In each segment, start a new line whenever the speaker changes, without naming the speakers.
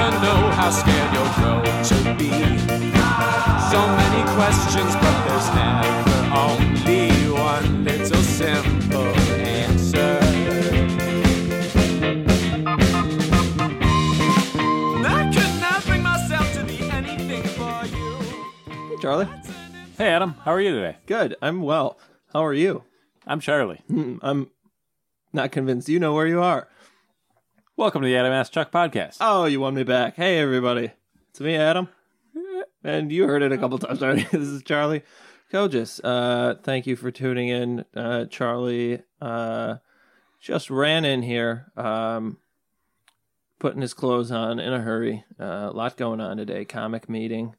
how scared you'll grow to be. So many questions, but there's never only one little simple answer. And I could not bring myself to be anything for you.
Hey, Charlie.
Hey, Adam. How are you today?
Good. I'm well. How are you?
I'm Charlie.
I'm not convinced you know where you are.
Welcome to the Adam Ask Chuck podcast.
Oh, you won me back. Hey, everybody. It's me, Adam. And you heard it a couple times already. this is Charlie Kojus. Uh, thank you for tuning in. Uh, Charlie uh, just ran in here, um, putting his clothes on in a hurry. Uh, a lot going on today. Comic meeting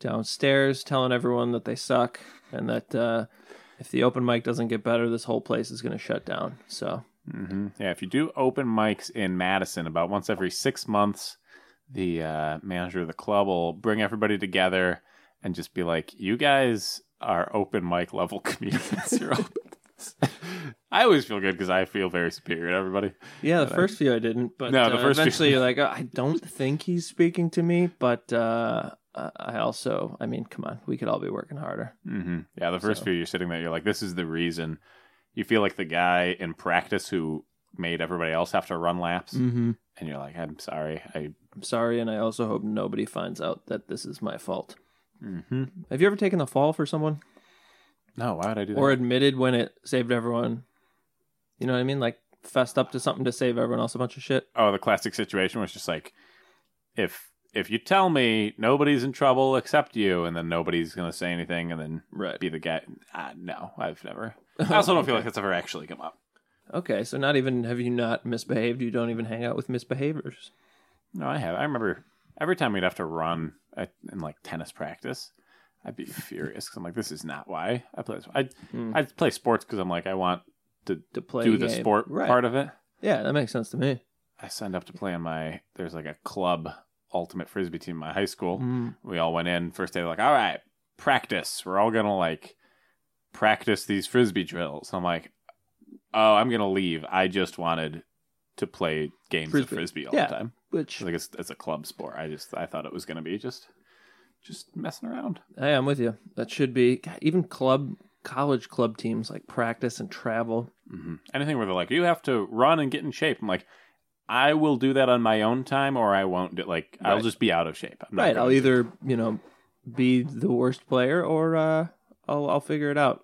downstairs, telling everyone that they suck and that uh, if the open mic doesn't get better, this whole place is going to shut down. So.
Yeah, if you do open mics in Madison about once every six months, the uh, manager of the club will bring everybody together and just be like, "You guys are open mic level comedians." You're all- I always feel good because I feel very superior to everybody.
Yeah, the first few I didn't, but
No, the
uh,
first few-
eventually you're like, oh, I don't think he's speaking to me, but uh, I I also, I mean, come on, we could all be working harder.
hmm Yeah, the first
So-
few you're sitting there, you're like, "This is the reason." You feel like the guy in practice who made everybody else have to run laps,
Mm-hmm.
and you're like, "I'm sorry, I."
I'm sorry, and I also hope nobody finds out that this is my fault.
hmm
Have you ever taken the fall for someone
No, why would I do that?
or admitted when it saved everyone? You know what I mean? Like fessed up to something to save everyone else a bunch of shit.
oh the classic situation was just like if if you tell me nobody's in trouble except you and then nobody's gonna say anything and then
Right.
be the guy uh, no i've never i also don't feel like that's ever actually come up
Okay, so not even have you not misbehaved? You don't even hang out with misbehaviors.
no i have i remember every time we'd have to run at, in like tennis practice i'd be furious because i'm like this is not why i play this i
Hmm.
i play sports because i'm like i want to
To play
do the
game.
sport
right.
part of it
Yeah, that makes sense to me.
i signed up to play in my there's like a club ultimate frisbee team in my high school
Mm.
we all went in first day like all right practice we're all gonna like practice these frisbee drills i'm like oh i'm gonna leave i just wanted to play games
Frisbee.
of frisbee all
Yeah.
the time
Which
like it's, it's a club sport i just i thought it was gonna be just just messing around
Hey, I'm with you. That should be God, even club college club teams like practice and travel.
hmm anything where they're like you have to run and get in shape i'm like i will do that on my own time or i won't do like i'll
Right.
just be out of shape I'm not
Right. I'll
gonna-
either, you know, be the worst player or uh I'll I'll figure it out.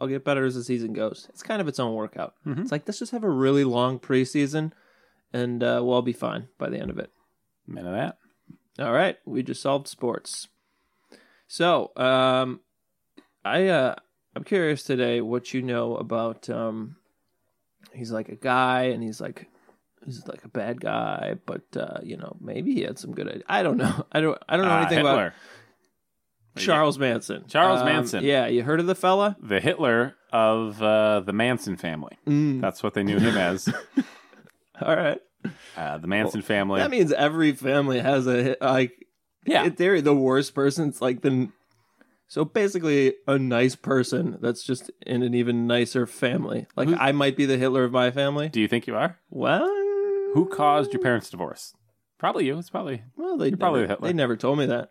I'll get better as the season goes. It's kind of its own workout.
Mhm.
It's like let's just have a really long preseason and uh, we'll all be fine by the end of it.
none of that
All right, we just solved sports. So, um, I uh, I'm curious today what you know about. Um, he's like a guy, and he's like he's like a bad guy, but uh, you know maybe he had some good. Ideas. I don't know. I don't. I don't know
Ah,
anything
Hitler.
about Charles Manson.
Charles
Um,
Manson.
Yeah, you heard of the fella?
the hitler of uh, the manson family
Mm.
That's what they knew him as.
All right.
Uh, the Manson family.
That means every family has a hit- like.
Yeah.
In theory, the worst person's like the. So basically, a nice person that's just in an even nicer family. Like
Who's-
I might be the Hitler of my family.
Do you think you are?
Well,
Who caused your parents' divorce? Probably you. It's probably
Well, they
You're probably
never-
the Hitler.
They never told me that.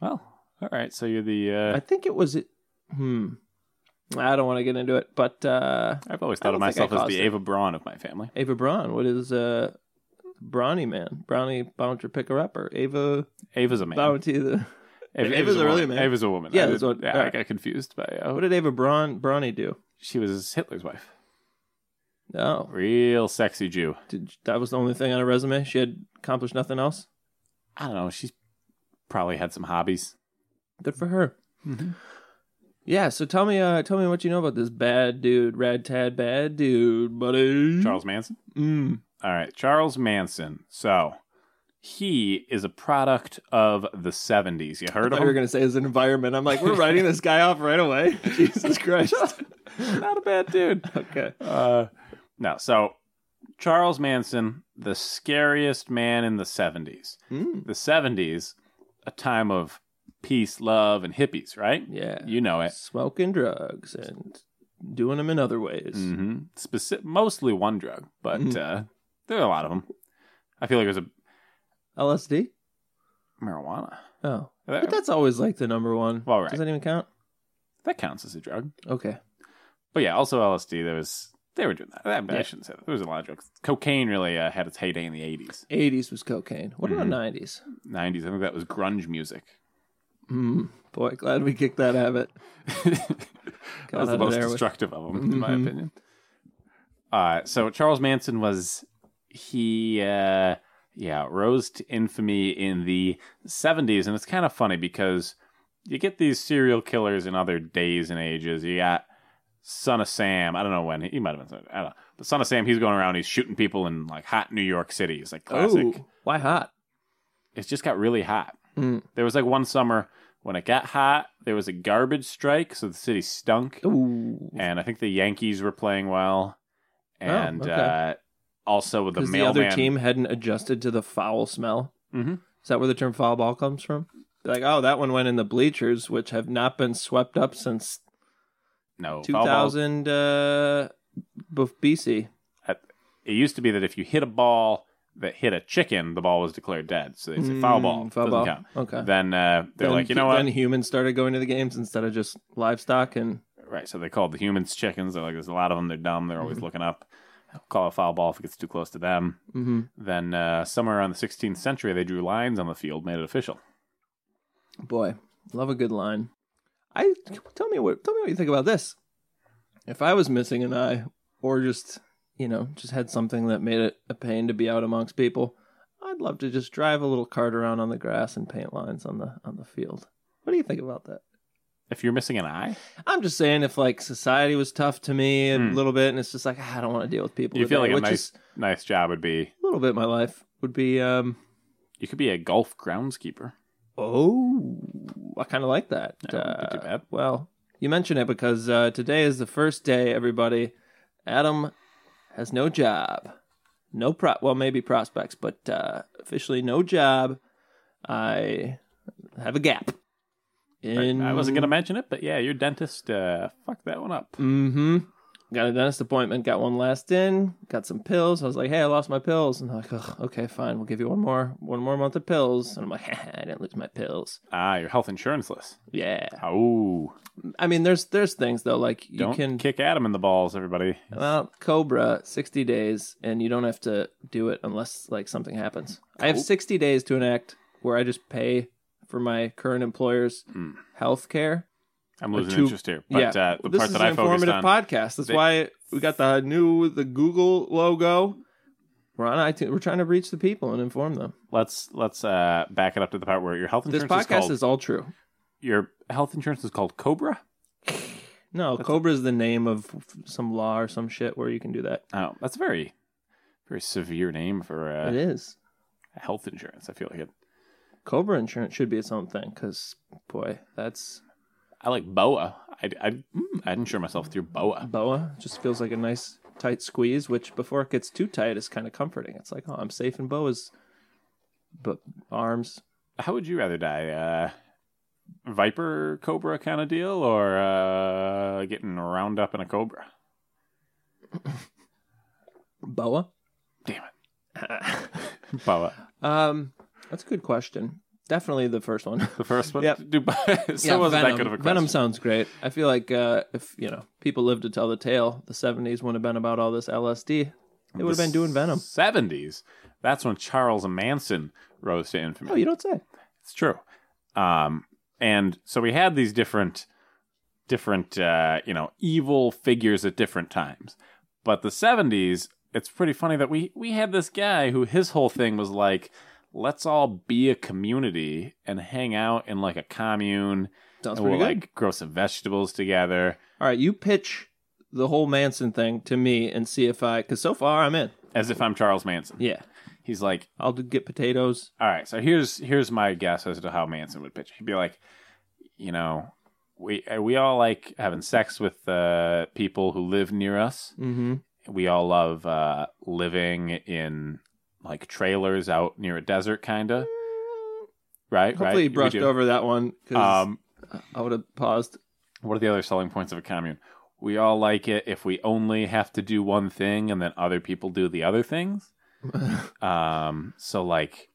well. All right. So you're the.
I
Uh,
think it was. Hmm. I don't want to get into it, but uh
I've always
I
thought of
don't think I
myself as
caused
the
it.
Ava Braun of my family.
Ava Braun, what is uh, Brawny Man, Brownie Bouncer Picker Upper, Ava
Ava's a man.
Bounty the.
Ava-
Ava's a really
woman.
man.
Ava's a woman.
Yeah,
I,
that's what-
yeah,
all
I
right.
got confused by. Uh,
What did Ava Braun Brawny do?
she was Hitler's wife.
No,
Real sexy Jew.
Did, that was the only thing on her resume. She had accomplished nothing else.
I don't know. She's probably had some hobbies.
Mm-hmm. Good for her.
Mhm.
Yeah. So tell me, uh, tell me what you know about this bad dude, rad tad bad dude, buddy.
Charles Manson.
Mm.
All right, Charles Manson. So he is a product of the '70s. You
I
heard
thought
of
you were
him?
gonna say his environment. I'm like, we're writing this guy off right away. Jesus Christ.
Not a bad dude.
okay.
Uh, no, so Charles Manson, the scariest man in the 70s.
Mm.
The 70s, a time of peace, love, and hippies, right?
Yeah.
You know it.
Smoking drugs and doing them in other ways.
hmm Speci- mostly one drug, but
Mhm.
uh, there are a lot of them. I feel like it was a
LSD?
Marijuana.
Oh,
That,
but that's always like the number one.
Well, right.
Does that even count?
that counts as a drug.
Okay.
But yeah, also LSD. There was they were doing that. I, I
Yeah.
shouldn't say that. There was a lot of drugs. Cocaine really uh, had its heyday in the eighties,
80s was cocaine. What about 90s?
nineties. I think that was grunge music.
Mm, boy, glad we kicked that habit.
that
Got
was
out
the
of
most
there with-
destructive of them, in my
Mhm.
opinion. Uh, so Charles Manson was he, uh, yeah, rose to infamy in the seventies, and it's kind of funny because you get these serial killers in other days and ages. You got Son of Sam. I don't know when he, he might have been. I don't know. But Son of Sam, he's going around, he's shooting people in like hot New York City. It's like classic.
Oh, why hot?
It's just got really hot.
Mm.
There was like one summer when it got hot. There was a garbage strike, so the city stunk
Ooh,
and I think the Yankees were playing well, and
Oh, okay.
uh, also with the
because the,
mailman.
other team hadn't adjusted to the foul smell.
Mhm.
Is that where the term foul ball comes from? They're like, oh, that one went in the bleachers, which have not been swept up since
No, Oh, foul balls.
2000 uh, bef- BC.
It used to be that if you hit a ball that hit a chicken, the ball was declared dead. So they say foul ball,
Mm, Foul
doesn't
ball.
count.
Okay.
Then uh, they're
Then
like, you know
hu-
what?
Then humans started going to the games instead of just livestock, and
Right. So they called the humans chickens. They're like, there's a lot of them. They're dumb. They're
Mm-hmm.
always looking up. Call a foul ball if it gets too close to them.
Mhm.
Then uh, somewhere around the 16th century, they drew lines on the field, made it official.
boy, love a good line. I tell me what tell me what you think about this. If I was missing an eye, or just you know just had something that made it a pain to be out amongst people, I'd love to just drive a little cart around on the grass and paint lines on the on the field. What do you think about that?
If you're missing an eye,
I'm just saying, if like society was tough to me a
Hmm.
little bit, and it's just like "Ah, I don't want to deal with people.
you feel
today,"
like a
which
nice,
is
nice job would be
a little bit my life would be. um
you could be a golf groundskeeper.
Oh, I kind of like that. uh,
That wouldn't be too bad.
Well, you mention it because uh, today is the first day. Everybody, Adam has no job, no pro. Well, maybe prospects, but uh, officially no job. I have a gap. In
I wasn't gonna mention it, but yeah, your dentist uh, fucked that one up.
Mm-hmm. Got a dentist appointment. Got one last in. Got some pills. I was like, "Hey, I lost my pills," and they're like, Ugh, "Okay, fine. We'll give you one more, one more month of pills." And I'm like, "I didn't lose my pills."
Ah, your health insurance list.
Yeah.
Oh,
I mean, there's there's things though, like you
don't
can
kick Adam in the balls, everybody.
well Cobra sixty days, and you don't have to do it unless like something happens. I have
Cool.
sixty days to enact where I just pay for my current employer's
Hmm.
health care.
I'm losing
Uh, two-
interest here, but uh, the
this
part
is
that
an
I focused
informative
on.
podcast. That's
They-
why we got the new the Google logo. We're on iTunes. We're trying to reach the people and inform them.
let's let's uh, back it up to the part where your health
This
insurance is
podcast
called
is, all true.
your health insurance is called Cobra.
No, Cobra is the name of some law or some shit where you can do that.
Oh, that's a very very severe name for
it
uh,
is
health insurance. I feel like it.
Cobra insurance should be its own thing because boy, that's
I like boa. I'd I'd, mm, I'd insure myself through boa.
boa. Just feels like a nice tight squeeze, which before it gets too tight is kind of comforting. It's like oh, I'm safe in boa's, but arms.
How would you rather die? Uh, Viper Cobra kind of deal, or uh, getting round up in a Cobra?
Boa.
Damn it, Boa.
Um, that's a good question. Definitely the first one.
The first one.
Yep.
Do Boa. so it wasn't that good of a question.
Venom sounds great. I feel like uh, if you know people lived to tell the tale, the seventies wouldn't have been about all this LSD. They would have been doing Venom.
Seventies. That's when Charles Manson rose to infamy.
Oh, you don't say.
It's true. Um, and so we had these different, different, uh, you know, evil figures at different times. But the '70s, it's pretty funny that we we had this guy who his whole thing was like, let's all be a community and hang out in like a commune,
Sounds
and
pretty
we'll
good.
like grow some vegetables together.
All right, you pitch the whole Manson thing to me and see if I, because so far I'm in.
As if I'm Charles Manson.
Yeah,
He's like,
I'll do, get potatoes.
all right so here's here's my guess as to how manson would pitch it. he'd be like you know we uh, we all like having sex with uh, people who live near us
Mm-hmm.
we all love uh, living in like trailers out near a desert kinda right
Mm. Hopefully
right
you
We
brushed
do.
over that one because
um
I would have paused.
what are the other selling points of a commune we all like it if we only have to do one thing and then other people do the other things um so like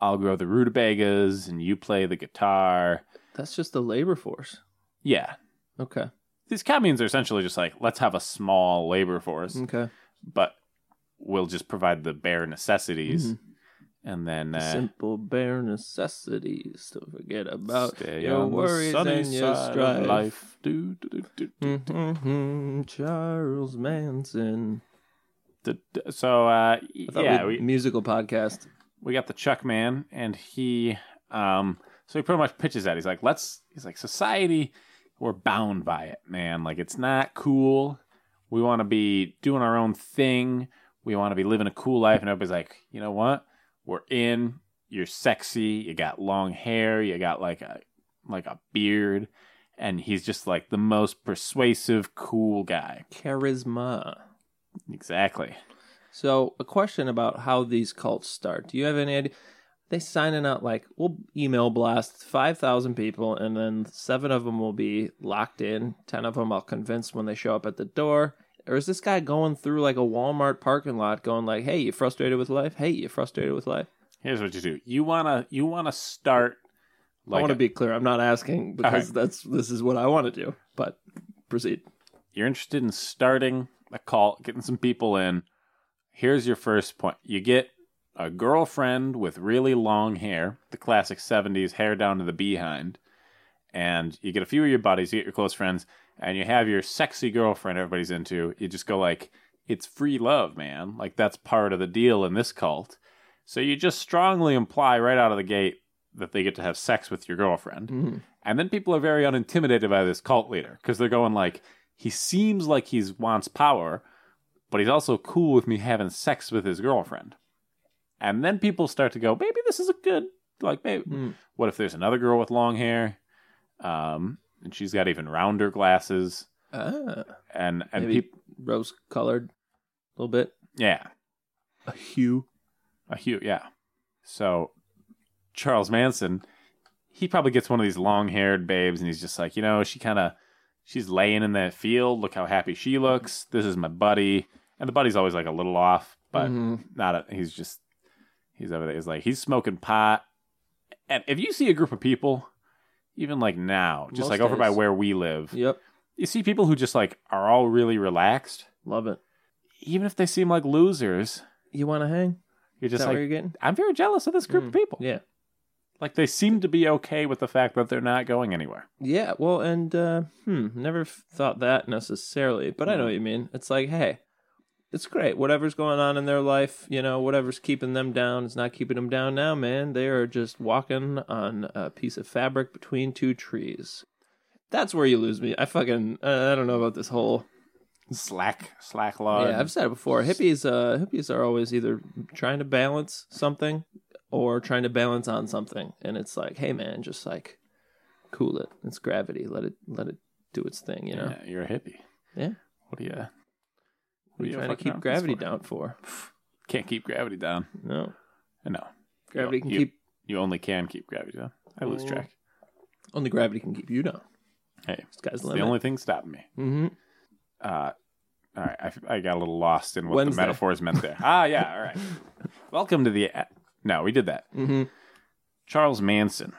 I'll grow the rutabagas and you play the guitar.
That's just the labor force.
Yeah.
Okay.
These communes are essentially just like, let's have a small labor force,
Okay.
but we'll just provide the bare necessities.
Mhm.
And then
The
uh,
Simple bare necessities to forget about
stay
your
on the
worries
sunny
and your
side of
strife.
life. Do, do, do, do, do.
Mhm. Charles Manson.
D- d- So, uh,
I thought
yeah,
we'd-
we,
musical podcast.
we got the Chuck man, and he, um, so he pretty much pitches that. He's like, let's, he's like, society, we're bound by it, man. Like, it's not cool. We want to be doing our own thing. We want to be living a cool life. And everybody's like, you know what? We're in. You're sexy. You got long hair. You got like a, like a beard. And he's just like the most persuasive, cool guy.
Charisma.
Exactly.
So, a question about how these cults start. Do you have any idea? They signing out like we'll email blast five thousand people, and then seven of them will be locked in. Ten of them I'll convince when they show up at the door. Or is this guy going through like a Walmart parking lot, going like, "Hey, you frustrated with life? Hey, you frustrated with life?"
Here's what you do. You wanna you wanna start
I
like
want to
a-
be clear. I'm not asking because that's this is what I want to do. But proceed.
you're interested in starting a cult, getting some people in. Here's your first point. You get a girlfriend with really long hair, the classic 70s hair down to the behind, and you get a few of your buddies, you get your close friends, and you have your sexy girlfriend everybody's into. You just go like, it's free love, man. Like that's part of the deal in this cult. So you just strongly imply right out of the gate that they get to have sex with your girlfriend.
Mhm.
And then people are very unintimidated by this cult leader because they're going like, he seems like he wants power, but he's also cool with me having sex with his girlfriend. And then people start to go, maybe this is a good like maybe
Hmm.
what if there's another girl with long hair, um, and she's got even rounder glasses,
Ah,
and and
Maybe-
people
rose colored, a little bit,
yeah
a hue.
a hue yeah. So Charles Manson, he probably gets one of these long haired babes, and he's just like, you know, she kind of she's laying in that field. Look how happy she looks. This is my buddy, and the buddy's always like a little off, but
Mhm.
not a, he's just he's over there. He's like he's smoking pot. And if you see a group of people, even like now, just
Most
like over by
days.
where we live,
yep,
you see people who just like are all really relaxed,
love it.
even if they seem like losers.
You want to hang?
You're
Is
just
that what
like
you're getting?
I'm very jealous of this group of
Mm,
people.
Yeah.
Like they seem to be okay with the fact that they're not going anywhere.
Yeah, well, and uh, hmm, never f- thought that necessarily, but I know what you mean. It's like, hey, it's great. Whatever's going on in their life, you know, whatever's keeping them down, it's not keeping them down now, man. They are just walking on a piece of fabric between two trees. That's where you lose me. I fucking uh, I don't know about this whole.
Slack, slack law.
yeah, I've said it before. Hippies, uh, hippies are always either trying to balance something or trying to balance on something, and it's like, hey, man, just like cool it. It's gravity. Let it let it do its thing. You know.
yeah, you're a hippie.
Yeah.
What do you? What
What are you
do
trying to
fucking
keep
know?
gravity
That's
down for?
fine. Can't keep gravity down.
No.
No,
Gravity
You-
can
you-
keep
You only can keep gravity down. I lose
Mm.
track.
only gravity can keep you down.
Hey,
Sky's
it's
the
the
limit.
only thing stopping me.
hmm
Uh, all right, I, I got a little lost in what
Wednesday.
the metaphors meant there. ah, yeah, all right. Welcome to the. No, we did that.
hmm
Charles Manson.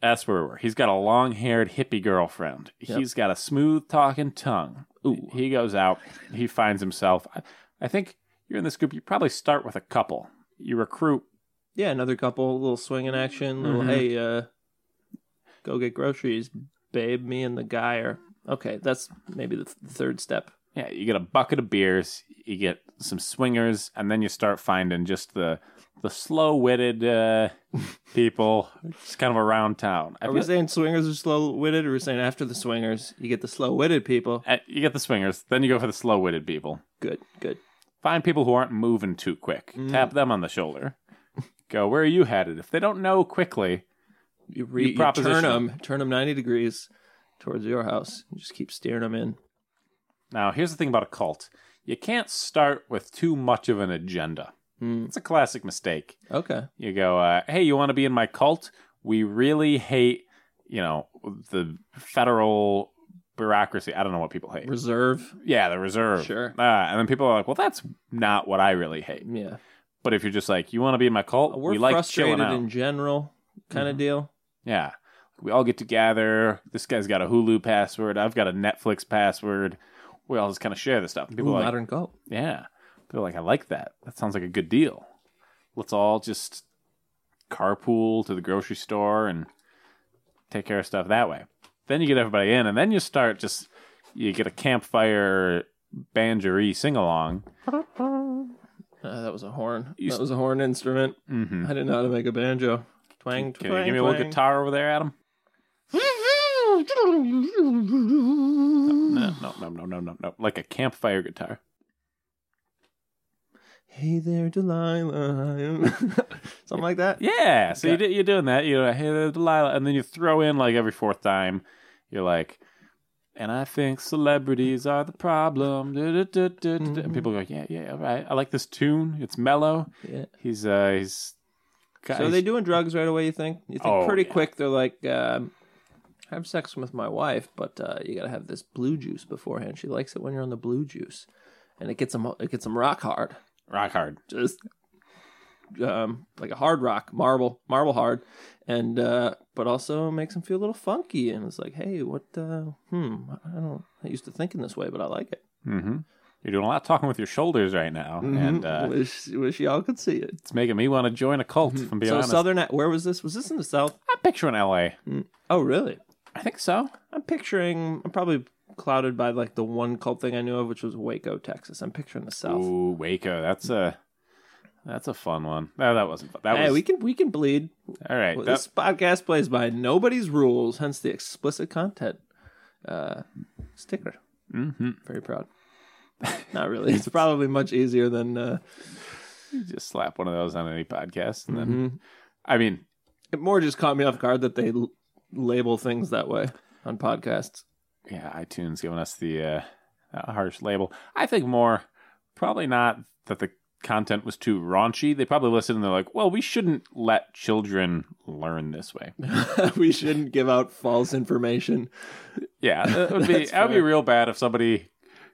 That's where we were. He's got a long haired hippie girlfriend.
Yep.
He's got a smooth talking tongue.
Ooh.
He goes out, he finds himself. I, I think you're in this group, you probably start with a couple. You recruit.
Yeah, another couple, little swing in action, little
Mhm.
hey, uh go get groceries, babe, me and the guy are okay, that's maybe the, th- the third step.
Yeah, you get a bucket of beers, you get some swingers, and then you start finding just the the slow witted uh, people just kind of around town. I
Are
feel
we saying swingers are slow witted or are we saying after the swingers you get the slow witted people?
like- uh, you get the swingers, then you go for the slow witted people.
Good, good.
find people who aren't moving too quick.
Mm.
Tap them on the shoulder. Go, where are you headed? If they don't know quickly,
You, re-
You
you turn
proposition
them, turn them 90 degrees towards your house. You just keep steering them in.
now here's the thing about a cult. You can't start with too much of an agenda.
Mm,
It's a classic mistake.
okay.
You go, uh, hey, you want to be in my cult? We really hate, you know, the federal bureaucracy. I don't know what people hate.
Reserve.
yeah, the reserve.
Sure.
Ah, and then people are like, well, that's not what I really hate.
Yeah.
But if you're just like, you want to be in my cult,
We're
we like
frustrated
chilling out. Mm-hmm.
in general, kind of deal.
yeah. We all get together. This guy's got a Hulu password. I've got a Netflix password. We all just kind of share this stuff. And
Ooh,
people are like,
modern cult.
yeah. People are like, I like that. That sounds like a good deal. Let's all just carpool to the grocery store and take care of stuff that way. Then you get everybody in, and then you start just, you get a campfire banjaree sing along.
Uh, that was a horn.
You
that
s-
was a horn instrument.
Mm-hmm.
I didn't know how to make a banjo. Twang, twang,
Can you give me a little
twang.
guitar over there, Adam? No, no, no, no, no, no, no. Like a campfire guitar.
Hey there, Delilah. I am- Something like that.
Yeah. So you
Okay.
do, you're doing that. You're like, hey, there's Delilah. And then you throw in, like, every fourth time, you're like, and I think celebrities are the problem. Da, da, da, da, da, da. And people go, yeah, yeah, all right. I like this tune. It's mellow.
Yeah.
He's, uh, he's, got-
So are
he's-
they doing drugs right away? You think? You think
Oh,
pretty
yeah.
quick? They're like, um, have sex with my wife, but uh, you gotta have this blue juice beforehand. She likes it when you're on the blue juice, and it gets them it gets them rock hard,
rock hard.
just um, like a hard rock, marble, marble hard, and uh, but also makes them feel a little funky. And it's like, hey, what? Uh, hmm, I don't. I used to think in this way, but I like it.
Mm-hmm. You're doing a lot of talking with your shoulders right now.
Mm-hmm.
And, uh,
wish, wish y'all could see it.
It's making me want to join a cult, if I'm
Mm-hmm.
being
So
honest.
southern, where was this? Was this in the south?
I'm picturing LA.
Oh, really?
I think so.
I'm picturing. I'm probably clouded by like the one cult thing I knew of, which was Waco, Texas. I'm picturing the South.
Ooh, Waco. That's a that's a fun one. No, that wasn't fun. That
hey,
was
we can we can bleed.
all right.
Well,
that-
this podcast plays by nobody's rules, hence the explicit content uh, sticker.
mhm.
Very proud. Not really. It's probably much easier than. Uh,
You just slap one of those on any podcast, and then
Mm-hmm.
I mean,
It more just caught me off guard that they l- label things that way on podcasts.
yeah, iTunes giving us the uh, a harsh label. I think more probably not that the content was too raunchy. They probably listened and they're like, well, we shouldn't let children learn this way.
we shouldn't give out false information.
Yeah, that would be
That's
that would be
fair.
real bad if somebody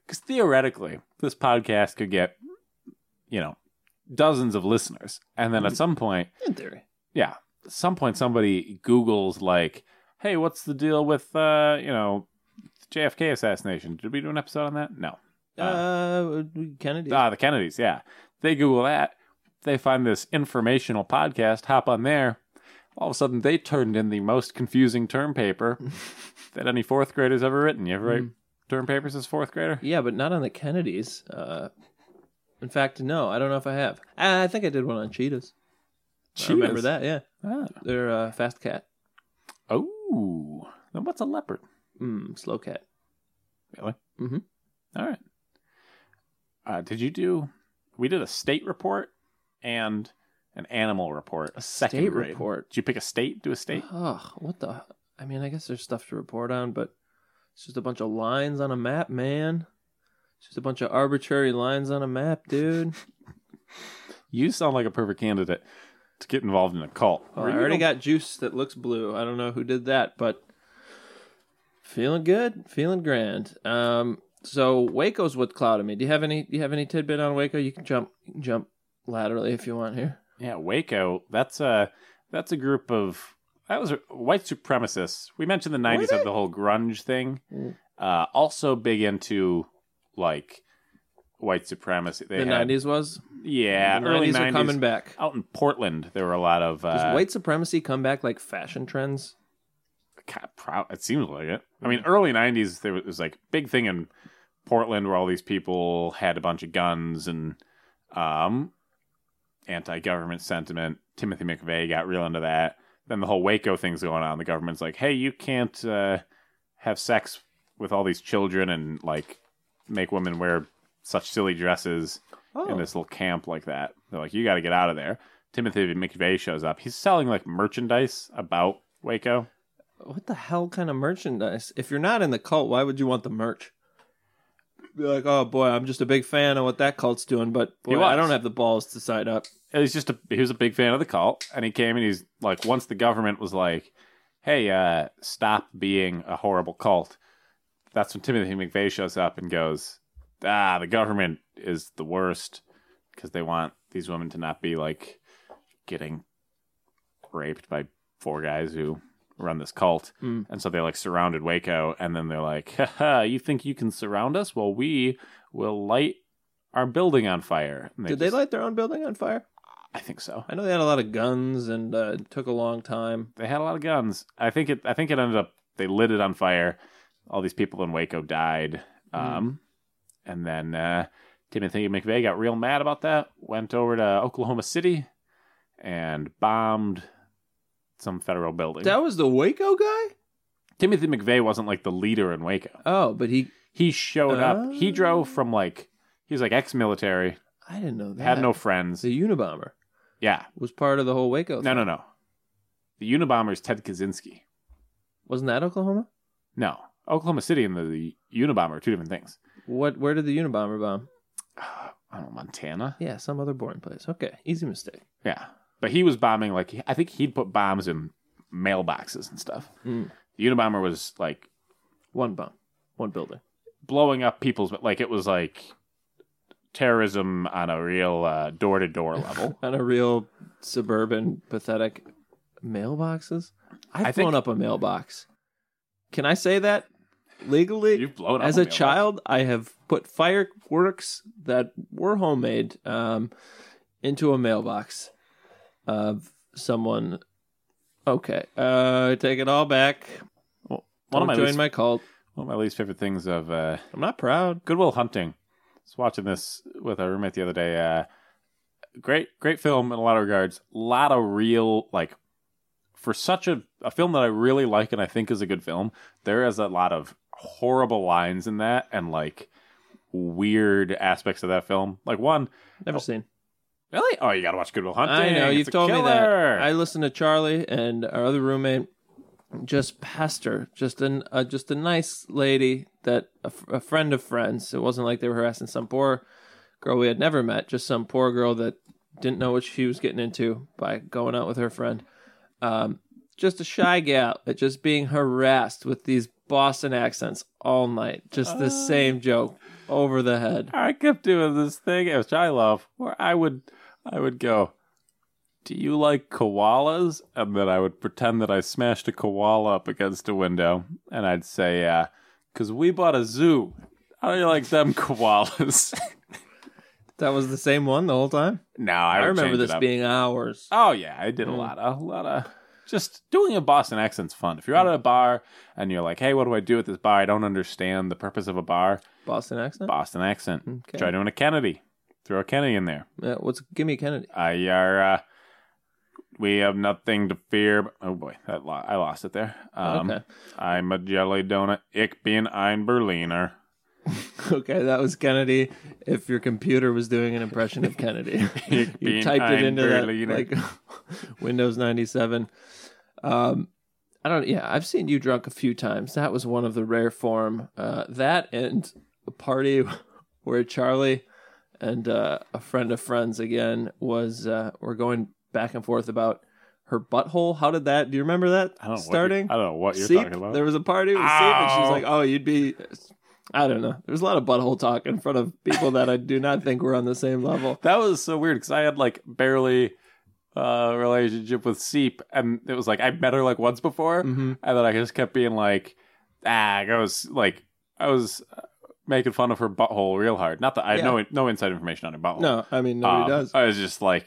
because theoretically this podcast could get you know dozens of listeners, and
Mm-hmm.
then at some point,
In theory.
yeah, at some point somebody Google's like, "Hey, what's the deal with uh you know JFK assassination? Did we do an episode on that? No,
Uh, Kennedy.
ah, the Kennedys. Yeah, they Google that, they find this informational podcast, hop on there. All of a sudden, they turned in the most confusing term paper that any fourth grader's ever written. You ever write term papers as a fourth grader?
Yeah, but not on the Kennedys. Uh, in fact, no, I don't know if I have. I, I think I did one on cheetahs. I remember
Cheetahs.
that? Yeah,
Ah.
they're uh, fast cat,
Oh, then what's a leopard?
mm, slow cat.
Really?
Mhm.
All right. Uh, did you do? We did a state report and an animal report. A second
state
grade.
report.
Did you pick a state? Do a state?
Ugh, what the? I mean, I guess there's stuff to report on, but it's just a bunch of lines on a map, man. It's just a bunch of arbitrary lines on a map, dude.
You sound like a perfect candidate to get involved in a cult.
Oh,
Were
I
you
already
the-
got juice that looks blue. I don't know who did that, but feeling good, feeling grand. Um, so Waco's what clouded me. Do you have any? Do you have any tidbit on Waco? You can jump, you can jump laterally if you want here.
Yeah, Waco. That's a that's a group of that was white supremacists. We mentioned the '90s had the whole grunge thing.
Mm.
Uh, also big into like white supremacy. They
the
had,
'90s was.
yeah,
the
early
90s, are coming back.
Out in Portland, there were a lot of
Does
uh,
white supremacy come back like fashion trends?
God, pro- it seems like it. I mean, early '90s there was, was like big thing in Portland where all these people had a bunch of guns and um, anti-government sentiment. Timothy McVeigh got real into that. Then the whole Waco thing's going on. The government's like, "Hey, you can't uh, have sex with all these children and like make women wear such silly dresses
Oh,
in this little camp like that." They're like, "You got to get out of there." Timothy McVeigh shows up. He's selling like merchandise about Waco.
What the hell kind of merchandise? If you're not in the cult, why would you want the merch? Be like, oh boy, I'm just a big fan of what that cult's doing, but
He
boy,
was.
I don't have the balls to sign up.
he's just a he was a big fan of the cult and he came and he's like once the government was like hey uh stop being a horrible cult that's when timothy mcveigh shows up and goes ah the government is the worst because they want these women to not be like getting raped by four guys who run this cult.
Mm.
And so they like surrounded Waco and then they're like, haha, you think you can surround us? Well, we will light our building on fire. And
Did they
just-
light their own building on fire?
I think so.
I know they had a lot of guns and uh, it took a long time.
They had a lot of guns. I think it. I think it ended up they lit it on fire. All these people in Waco died.
Hmm.
Um, and then uh, Timothy McVeigh got real mad about that. Went over to Oklahoma City and bombed some federal building.
That was the Waco guy?
Timothy McVeigh wasn't like the leader in Waco.
Oh, but he.
He showed up. He
Oh.
drove from like he was like ex-military,
I didn't know that.
had no friends.
The Unabomber
Yeah,
was part of the whole Waco.
no,
thing.
no, no. The Unabomber's Ted Kaczynski.
Wasn't that Oklahoma?
No, Oklahoma City and the, the Unabomber are two different things.
What? Where did the Unabomber bomb?
I don't know, Montana.
Yeah, some other boring place. Okay, easy mistake.
Yeah. But he was bombing, like, I think he'd put bombs in mailboxes and stuff.
Mm.
The Unabomber was, like,
One bomb, one building.
blowing up people's, but, like, it was, like, terrorism on a real uh, door-to-door level.
On a real suburban, pathetic mailboxes. I've
I think-
blown up a mailbox. Can I say that legally?
You've blown up
As a
mailbox.
child, I have put fireworks that were homemade um, into a mailbox of someone. Okay, uh, I take it all back.
Well, One of, my
Don't join
least,
my cult.
one of my least favorite things of uh,
I'm not proud.
Goodwill Hunting. I was watching this with our roommate the other day. Uh, great, great film in a lot of regards. A lot of real, like, for such a, a film that I really like and I think is a good film, there is a lot of horrible lines in that and, like, weird aspects of that film. Like, one,
Never
Oh,
seen.
really? Oh, you got to watch Goodwill Hunting.
I know
It's
you've
a
told me
killer.
that. I listened to Charlie and our other roommate, just pastor, just an uh, just a nice lady that a, f- a friend of friends. It wasn't like they were harassing some poor girl we had never met, just some poor girl that didn't know what she was getting into by going out with her friend. Um, just a shy gal at just being harassed with these Boston accents all night. Just the
Uh.
same joke over the head.
I kept doing this thing, which I love, where I would, I would go, "Do you like koalas?" And then I would pretend that I smashed a koala up against a window, and I'd say, "Yeah, because we bought a zoo. How do you like them koalas?"
That was the same one the whole time.
no, I,
I
would
remember
change it
this
up.
being ours.
Oh yeah, I did a
Mm.
lot of a lot of just doing a Boston accent's fun. If you're out at a bar and you're like, "Hey, what do I do at this bar? I don't understand the purpose of a bar."
Boston accent.
Boston accent.
Mm, Okay.
Try doing a Kennedy. Throw a Kennedy in there.
Uh, what's give me Kennedy?
I are. Uh, we have nothing to fear. Oh boy, that lo- I lost it there. Um,
okay,
I'm a jelly donut. Ich bin ein Berliner.
okay, that was Kennedy. If your computer was doing an impression of Kennedy,
Ich
you
bin
typed it
ein
into that,
Berliner.
like Windows ninety seven. Um, I don't. Yeah, I've seen you drunk a few times. That was one of the rare form. Uh, that and a party where Charlie and uh, a friend of friends again was uh, were going back and forth about her butthole. How did that? Do you remember that
I don't know what
starting?
you- I don't know what you're
Seep.
talking about.
There was a party with Seep, and she's
Ow.
like, "Oh, you'd be." I don't know. There was a lot of butthole talk in front of people that I do not think were on the same level.
that was so weird because I had like barely uh, relationship with Seep, and it was like I met her like once before,
Mhm.
and then I just kept being like, ah, I was like, I was uh, making fun of her butthole real hard. Not that I had no no inside information on her butthole.
No, I mean nobody
Um,
does.
I was just like,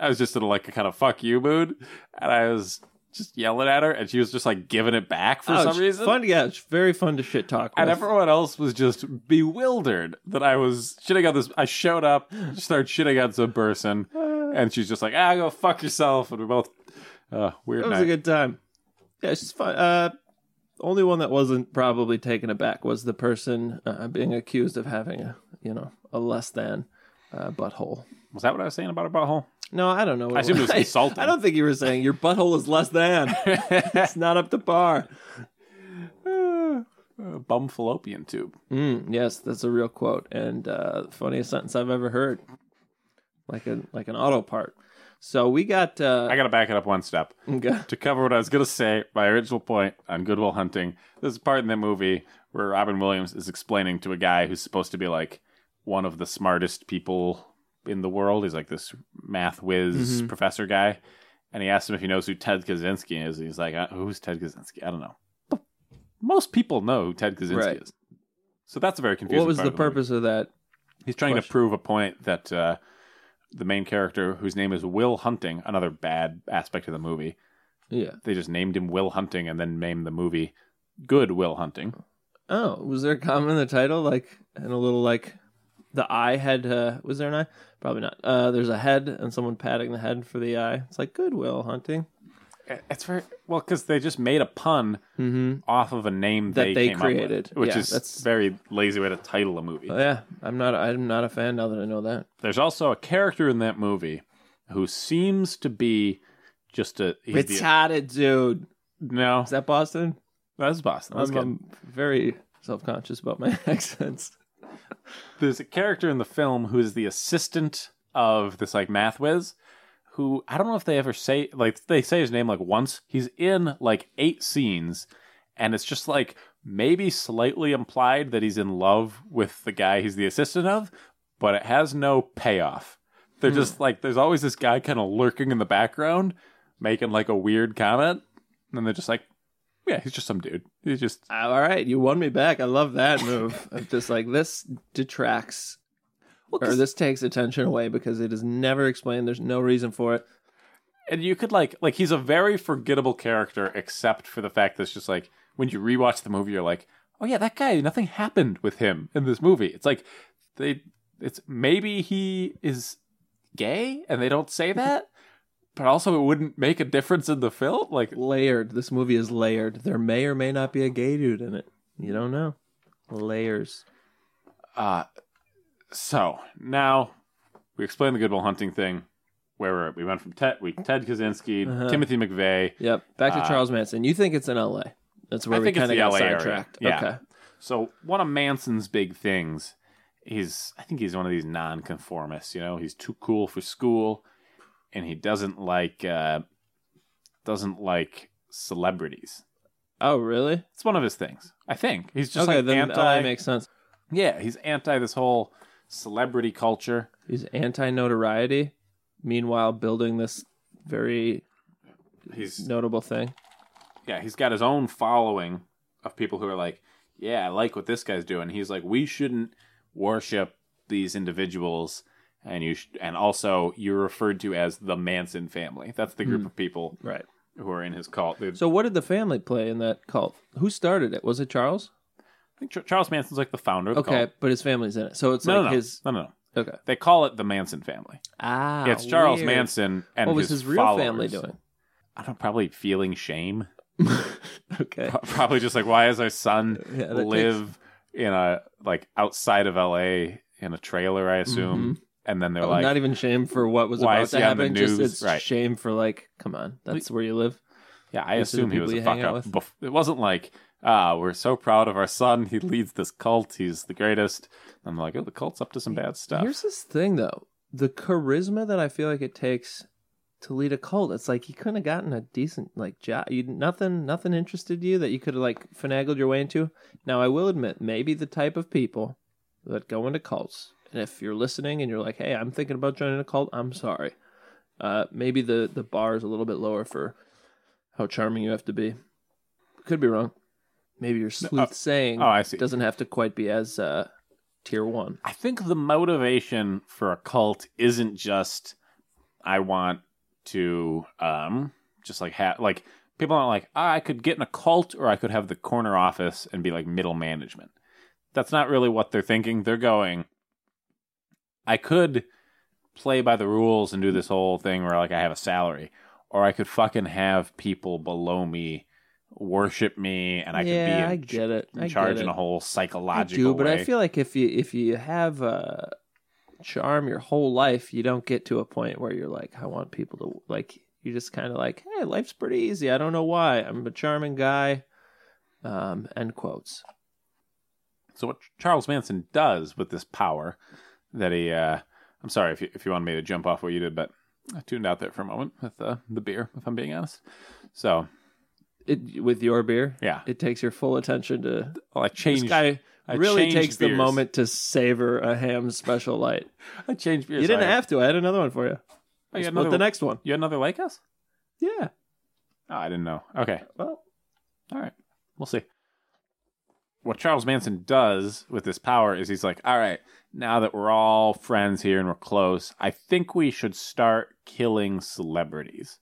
I was just in like a kind of fuck you mood, and I was just yelling at her, and she was just like giving it back for
Oh,
some
it's
reason.
fun. Yeah, it's very fun to shit talk.
And
with.
everyone else was just bewildered that I was shitting on this. I showed up, started shitting on some person, and she's just like, "Ah, go fuck yourself." And we're both uh, weird.
It was
night.
a good time. Yeah, it's just fun. Uh, only one that wasn't probably taken aback was the person uh, being accused of having a you know a less than uh, butthole.
was that what I was saying about her butthole?
No, I don't know. What
I assumed it was insulting.
I don't think you were saying your butthole is less than. it's not up to par.
Uh, bum fallopian tube.
Mm, yes, that's a real quote and uh, funniest sentence I've ever heard. Like a like an auto part. So we got. Uh,
I gotta back it up one step.
Mm-hmm.
to cover what I was going to say, my original point on Goodwill Hunting, there's a part in the movie where Robin Williams is explaining to a guy who's supposed to be like one of the smartest people in the world. He's like this math whiz
Mhm.
professor guy, and he asked him if he knows who Ted Kaczynski is. He's like, "Uh, "Who's Ted Kaczynski? I don't know." But most people know who Ted Kaczynski
Right.
is. So that's a very confusing.
What was
part
the
of movie.
purpose of that?
He's trying to
Question.
prove a point that uh, the main character, whose name is Will Hunting, another bad aspect of the movie,
Yeah.
they just named him Will Hunting and then named the movie Good Will Hunting.
Oh, was there a comma in the title? Like, and a little like the eye had, uh, was there an eye? Probably not. Uh, there's a head and someone patting the head for the eye. It's like goodwill hunting.
It's very well because they just made a pun
Mm
off of a name
That
they,
they
came up with,
created.
which
Yeah,
is
that's-
very lazy way to title a movie.
hmm. Yeah. I'm not, I'm not a fan now that I know that.
There's also a character in that movie who seems to be just a he's the,
Retarded dude.
no
Is that Boston?
that's Boston. That's
I'm,
good.
I'm very self conscious about my accents.
there's a character in the film who is the assistant of this like math whiz who i don't know if they ever say like they say his name like once he's in like eight scenes and it's just like maybe slightly implied that he's in love with the guy he's the assistant of but it has no payoff they're just like there's always this guy kind of lurking in the background making like a weird comment and they're just like yeah he's just some dude he's just
Ah, All right. You won me back. I love that move. I'm just like, this detracts
Well, 'cause-
or this takes attention away because it is never explained. There's no reason for it.
and you could like like he's a very forgettable character except for the fact that it's just like when you rewatch the movie you're like oh yeah that guy nothing happened with him in this movie it's like they it's maybe he is gay and they don't say that but also it wouldn't make a difference in the film like
Layered. This movie is layered. There may or may not be a gay dude in it. You don't know. Layers.
uh so now we explained the goodwill hunting thing where we're at. we went from ted we ted kaczynski
Uh-huh.
timothy mcveigh
Yep. Back to
Ah.
Charles Manson. You think it's in L.A. That's where
I
we
think it's
kind of
the
got
LA area.
sidetracked.
Yeah.
Okay.
So one of Manson's big things is I think he's one of these nonconformists. You know, he's too cool for school, and he doesn't like uh, doesn't like celebrities.
Oh, really?
It's one of his things. I think he's just
okay,
like
then
anti.
LA makes sense.
yeah, he's anti this whole celebrity culture.
He's anti notoriety. Meanwhile, building this very
He's
notable thing.
yeah, he's got his own following of people who are like, yeah, I like what this guy's doing. He's like, we shouldn't worship these individuals, and you sh- and also you're referred to as the Manson family. That's the group of people
Right.
who are in his cult. They-
Hmm. So, what did the family play in that cult? Who started it? Was it Charles?
I think Ch- Charles Manson's like the founder of the
Okay,
cult.
but his family's in it. So it's
No,
like
no, no,
his.
no, no, no.
Okay.
They call it the Manson family.
Ah.
it's Charles
weird.
Manson and
What was his, real
followers.
family doing?
I don't probably feeling shame.
Okay.
probably just like why is our son
Yeah, that
live in a like outside of LA in a trailer, I assume. And then they're
Oh,
like
not even shame for what was
why
about
is
to
he on the
happen. Just
news?
it's
Right.
shame for like, come on, that's where you live.
Yeah, I
These are the
assume he was
people
a
you
fuck
hang out
up.
with?
bef- it wasn't like, ah, we're so proud of our son, he leads this cult, he's the greatest. I'm like, oh the cult's up to some bad stuff.
Here's this thing though, the charisma that I feel like it takes to lead a cult. It's like you couldn't have gotten a decent like job. You nothing, nothing interested you that you could have like finagled your way into. Now I will admit, maybe the type of people that go into cults, and if you're listening and you're like, hey, I'm thinking about joining a cult, I'm sorry. Uh, maybe the the bar is a little bit lower for how charming you have to be. Could be wrong. Maybe your sleuth saying
oh, I see.
doesn't have to quite be as uh, tier one.
I think the motivation for a cult isn't just I want to um just like have like people aren't like ah, I could get in a cult or I could have the corner office and be like middle management. That's not really what they're thinking. They're going I could play by the rules and do this whole thing where like I have a salary or I could fucking have people below me worship me and I
yeah, I
could be in,
get it.
in
I
charge
get
in
it.
a whole
I
psychological
do, but
way.
I feel like if you if you have uh, charm your whole life, you don't get to a point where you're like, I want people to like. You just kind of like, hey, life's pretty easy. I don't know why. I'm a charming guy. Um, end quotes.
So what Charles Manson does with this power that he uh I'm sorry if you, if you wanted me to jump off what you did, but I tuned out there for a moment with uh, the beer, if I'm being honest. So
It with your beer,
yeah,
it takes your full attention to
well, Oh, I
this
changed.
guy
I
really
changed
takes the
beers.
moment to savor a ham special light.
I changed beers.
you didn't
I,
have to. I had another one for you.
I
Just
got
put
another,
the next one.
You had another like us?
Yeah.
Oh, I didn't know. Okay.
Well,
All right. We'll see. What Charles Manson does with this power is he's like, all right, now that we're all friends here and we're close, I think we should start killing celebrities.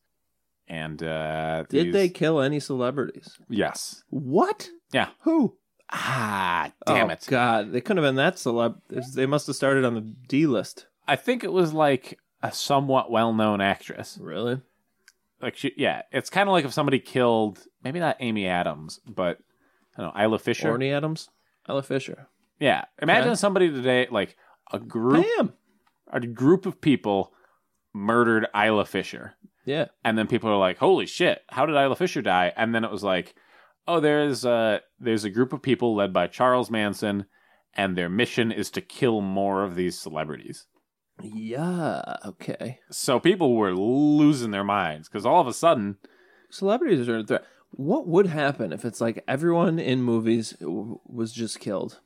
And uh
did
these-
they kill any celebrities?
Yes.
What?
Yeah.
Who?
Ah, damn
Oh,
it.
God, they couldn't have been that celeb. They must have started on the D list.
I think it was like a somewhat well-known actress.
Really?
Like she, yeah, it's kind of like if somebody killed maybe not Amy Adams, but I don't know, Isla Fisher.
Orny Adams, Ella Fisher,
Yeah. Imagine
Okay.
somebody today like a group
Pam.
a group of people murdered Isla Fisher.
Yeah.
And then people are like, "Holy shit, how did Isla Fisher die?" And then it was like, "Oh, there's uh there's a group of people led by Charles Manson and their mission is to kill more of these celebrities."
Yeah. Okay.
So people were losing their minds cuz all of a sudden,
Celebrities are a threat. What would happen if it's like everyone in movies w- was just killed?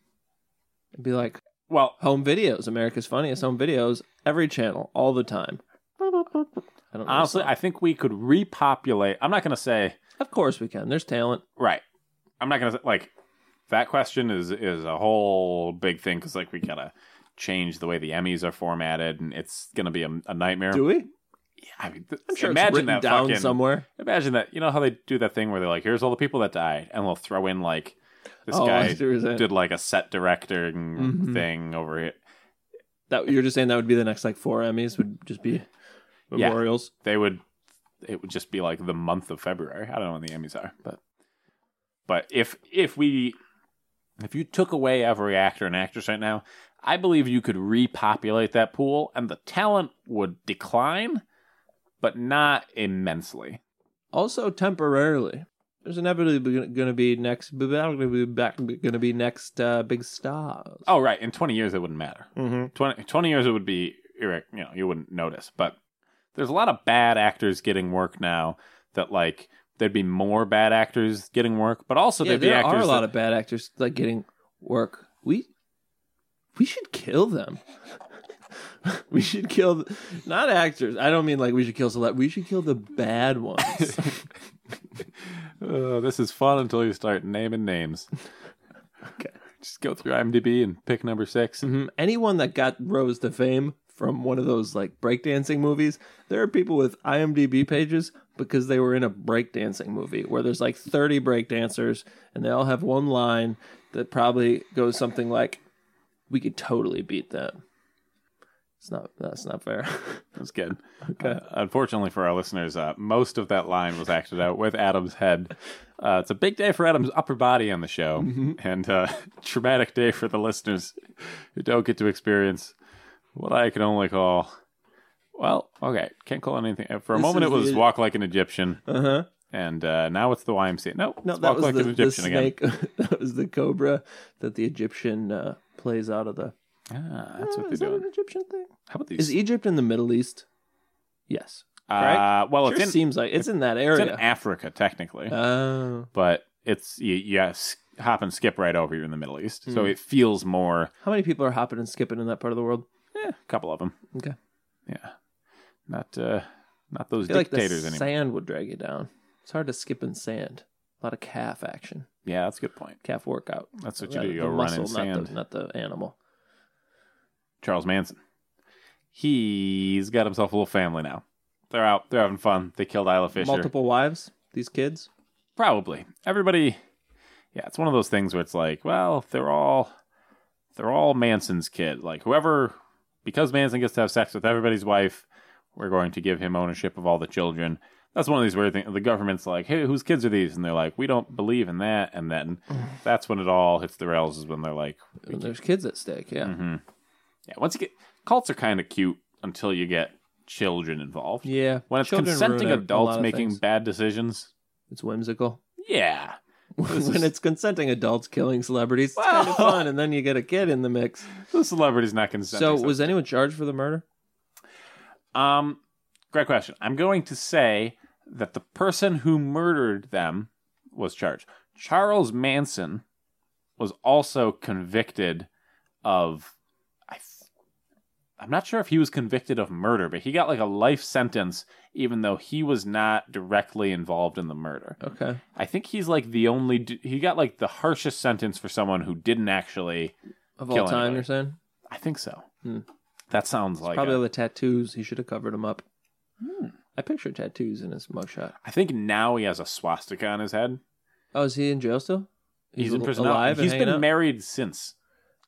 It'd be like
well,
home videos, America's Funniest Home Videos, every channel, all the time. I don't know.
honestly, I think we could repopulate. I'm not going to say
of course we can. There's talent.
Right. I'm not gonna say- like that question is is a whole big thing because like we gotta change the way the Emmys are formatted and it's gonna be a, a nightmare.
Do we?
I mean, th-
I'm sure it's
imagine
written
that
down
fucking,
somewhere.
Imagine that. You know how they do that thing where they're like, "Here's all the people that died," and they'll throw in like this
Oh, I
guy
see what you're saying.
did like a set directing
Mhm.
thing over it.
That you're just saying that would be the next like four Emmys would just be
Yeah.
memorials.
They would. It would just be like the month of February. I don't know when the Emmys are, but but if if we if you took away every actor and actress right now, I believe you could repopulate that pool and the talent would decline, but not immensely.
Also temporarily. There's inevitably going to be next going to be next uh, big stars.
Oh, right. In 20 years, it wouldn't matter.
Mm-hmm.
20, 20 years, it would be, irre- you know, you wouldn't notice. But there's a lot of bad actors getting work now that, like, there'd be more bad actors getting work, but also
yeah,
there'd be
there
actors
are a lot
that-
of bad actors like getting work. We we should kill them. we should kill th- not actors. I don't mean like we should kill celeb. We should kill the bad ones.
Uh, this is fun until you start naming names.
Okay.
Just go through IMDb and pick number 6
Mhm. Anyone that got rose to fame from one of those like breakdancing movies, there are people with IMDb pages because they were in a breakdancing movie where there's like 30 breakdancers and they all have one line that probably goes something like, "We could totally beat them." It's not. That's not fair.
That's good.
Okay.
Uh, unfortunately for our listeners, uh, most of that line was acted out with Adam's head. Uh, it's a big day for Adam's upper body on the show,
Mm-hmm.
and uh, traumatic day for the listeners who don't get to experience what I can only call. Well, okay, can't call it anything. Uh, For a
This
moment,
is
it was
the-
walk like an Egyptian,
Uh huh.
and uh, now it's the YMCA. No,
No,
it's
that
walk
was
like
the,
an
the
Egyptian again.
snake. that was the cobra that the Egyptian uh, plays out of the.
Ah, that's
Ah,
what
is
they're
that
doing.
an Egyptian thing?
How about these?
Is Egypt in the Middle East? Yes.
uh, well,
Sure
it's in
seems like it's in that
it's
area.
in Africa technically,
Oh.
but it's you, you s- hop and skip right over. You're in the Middle East, so
Hmm.
it feels more.
How many people are hopping and skipping in that part of the world?
Eh, a couple of them.
Okay.
Yeah. Not uh, not those
I feel like the
dictators anymore.
sand would drag you down. It's hard to skip in sand. A lot of calf action,
Yeah, that's a good point.
calf workout.
That's what you
That-
do. You
the
go run in
muscle,
sand.
Not the, not the animal.
Charles Manson. He's got himself a little family now. They're out. They're having fun. They killed Isla Fisher.
Multiple wives, these kids.
Probably. Everybody Yeah, it's one of those things where it's like, well, they're all they're all Manson's kid. Like whoever because Manson gets to have sex with everybody's wife, we're going to give him ownership of all the children. That's one of these weird things. The government's like, hey, whose kids are these? And they're like, we don't believe in that. And then that's when it all hits the rails is when they're like,
And there's kids at stake, yeah.
hmm yeah, once you get cults are kind of cute until you get children involved.
Yeah.
When it's
Children
consenting
ruin a- a lot
adults
of
making
things.
bad decisions,
It's whimsical.
yeah, This
when
is-
it's consenting adults killing celebrities, it's kind
Wow.
of fun. And then you get a kid in the mix.
the celebrity's not consenting.
So, was anyone charged for the murder?
Um, great question. I'm going to say that the person who murdered them was charged. Charles Manson was also convicted of. I, am not sure if he was convicted of murder, but he got like a life sentence, even though he was not directly involved in the murder.
Okay.
I think he's like the only. d- He got like the harshest sentence for someone who didn't actually.
Of
Kill
all time,
anybody.
you're saying?
I think so.
Hmm.
That sounds like. uh, Hmm.
Probably
a-
all the tattoos. He should have covered them up. I picture tattoos in his mugshot.
I think now he has a swastika on his head.
Oh, is he in jail still?
He's, in
al-
prison.
Alive
now. He's
and
been
hanging out?
married since.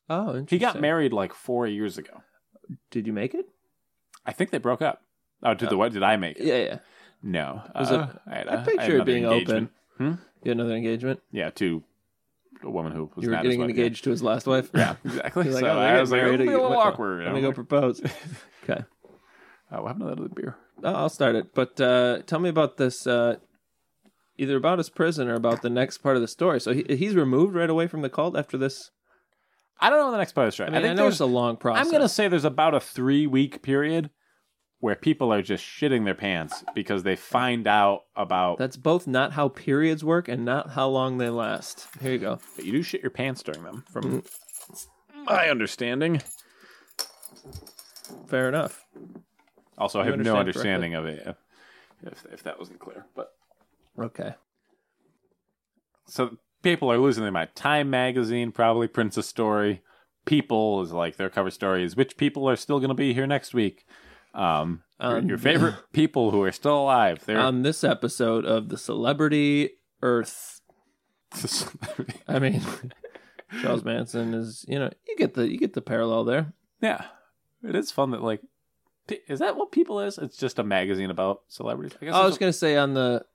Oh, interesting.
He got married like four years ago.
Did you make it?
I think they broke up. Oh, did the what? Did I make it?
Yeah, yeah.
No.
Was
Uh,
it-
I, had a-
I
had
picture it
another
being
engagement. Hmm?
You had another engagement.
Yeah, to a woman who was
you were
not
getting
his wife.
engaged to his last wife.
Yeah, exactly.
You're like,
so
oh,
I was like, it'll be a little awkward.
I'm gonna
I'm
go
like,
propose. okay,
oh, what happened to that other beer?
I'll I'll start it. But uh, tell me about this, uh, either about his prison or about the next part of the story. So he, he's removed right away from the cult after this.
I don't know when the next part is. Right.
I mean, I,
think
know
there's
it's a long process.
I'm going to say there's about a three week period where people are just shitting their pants because they find out about.
That's both not how periods work and not how long they last. Here you go.
but you do shit your pants during them, from
Mm.
my understanding.
Fair enough.
Also, I
You
have no
understand
understanding of it, if, if that wasn't clear. But
Okay.
so people are losing their mind. Time magazine, probably Princess Story. People is like their cover story is which people are still going to be here next week. Um, your-
Um,
your favorite people who are still alive. They're
On this episode of the Celebrity Earth, I mean, Charles Manson is you know you get the you get the parallel there.
yeah, it is fun that like p- is that what people is? It's just a magazine about celebrities. I guess
Oh, I
it's
was gonna say on the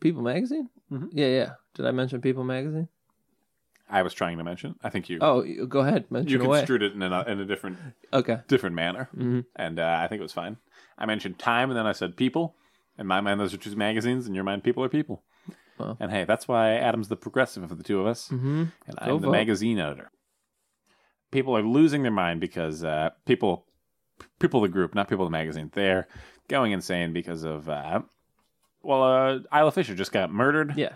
People magazine.
Mhm.
Yeah, yeah. Did I mention People magazine?
what I was trying to mention. I think you
Oh, you- go ahead, mention
you
away.
construed it in a, in a different
okay.
different manner.
Mhm.
and uh, I think it was fine. I mentioned time, and then I said people. In my mind, those are two magazines. In your mind, people are people.
Wow.
And hey, that's why Adam's the progressive of the two of us,
Mhm.
and
Go
I'm the
vote.
magazine editor. People are losing their mind because uh, people, people of the group, not people of the magazine, they're going insane because of. Uh, well, uh, Isla Fisher just got murdered,
Yeah,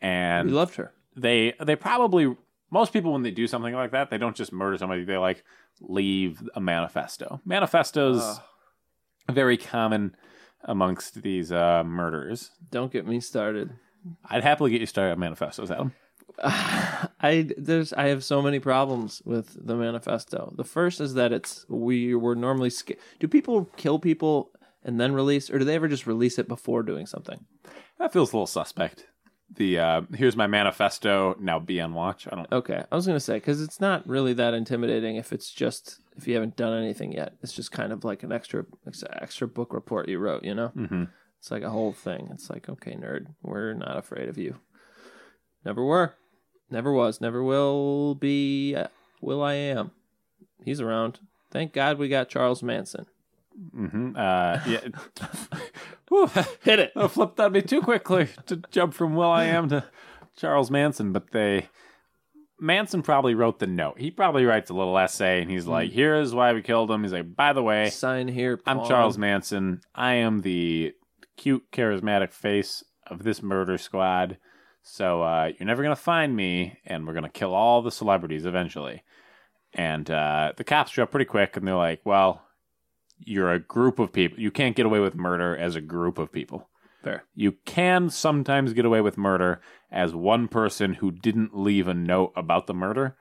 and
we loved her.
they they probably most people when they do something like that they don't just murder somebody they like leave a manifesto manifestos
Ugh.
very common amongst these uh, murderers
Don't get me started.
i'd happily get you started on manifestos adam
I there's I have so many problems with the manifesto. The first is that it's we were normally sca- do people kill people and then release, or do they ever just release it before doing something?
that feels a little suspect the uh, here's my manifesto now be on watch i don't
Okay, I was gonna say because it's not really that intimidating if it's just if you haven't done anything yet. It's just kind of like an extra ex- extra book report you wrote. You know,
mm-hmm.
it's like a whole thing. It's like okay, nerd, we're not afraid of you. Never were, never was, never will be. Uh, will I am. He's around. Thank God we got Charles Manson.
Mm-hmm. Uh, yeah Whew.
Hit it.
Oh, flipped on me too quickly to jump from Will I Am to Charles Manson, but they Manson probably wrote the note. He probably writes a little essay and he's like, here is why we killed him. He's like, by the way,
Sign here.
I'm
pawn.
Charles Manson. I am the cute, charismatic face of this murder squad. So uh, you're never gonna find me, and we're gonna kill all the celebrities eventually. And uh, the cops show up pretty quick, and they're like, "Well, you're a group of people. You can't get away with murder as a group of people.
Fair.
You can sometimes get away with murder as one person who didn't leave a note about the murder.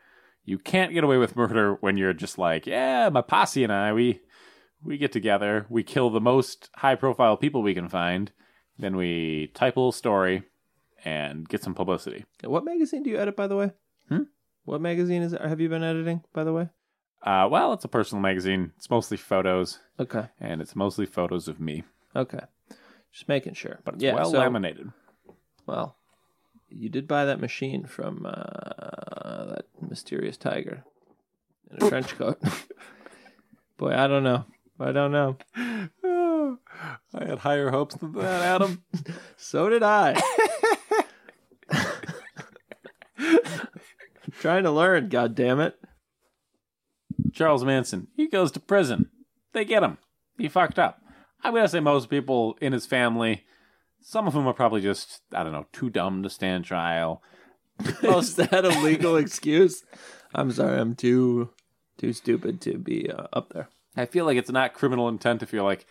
You can't get away with murder when you're just like, yeah, my posse and I, we we get together, we kill the most high profile people we can find, then we type a little story and get some publicity.
What magazine do you edit, by the way?
Hmm?
What magazine is? Have you been editing, by the way?
Uh, well, it's a personal magazine. It's mostly photos,
Okay.
and it's mostly photos of me,
Okay. Just making sure.
but it's
yeah,
well
so-
laminated.
Well, you did buy that machine from uh, that mysterious tiger in a trench coat. Boy, I don't know. I don't know.
I had higher hopes than that, Adam.
So did I. trying to learn, god damn it.
Charles Manson, he goes to prison. They get him. He fucked up. I'm gonna say most people in his family, some of them are probably just I don't know, too dumb to stand trial.
Is that a legal excuse? I'm sorry, I'm too too stupid to be uh, up there.
I feel like it's not criminal intent if you're like,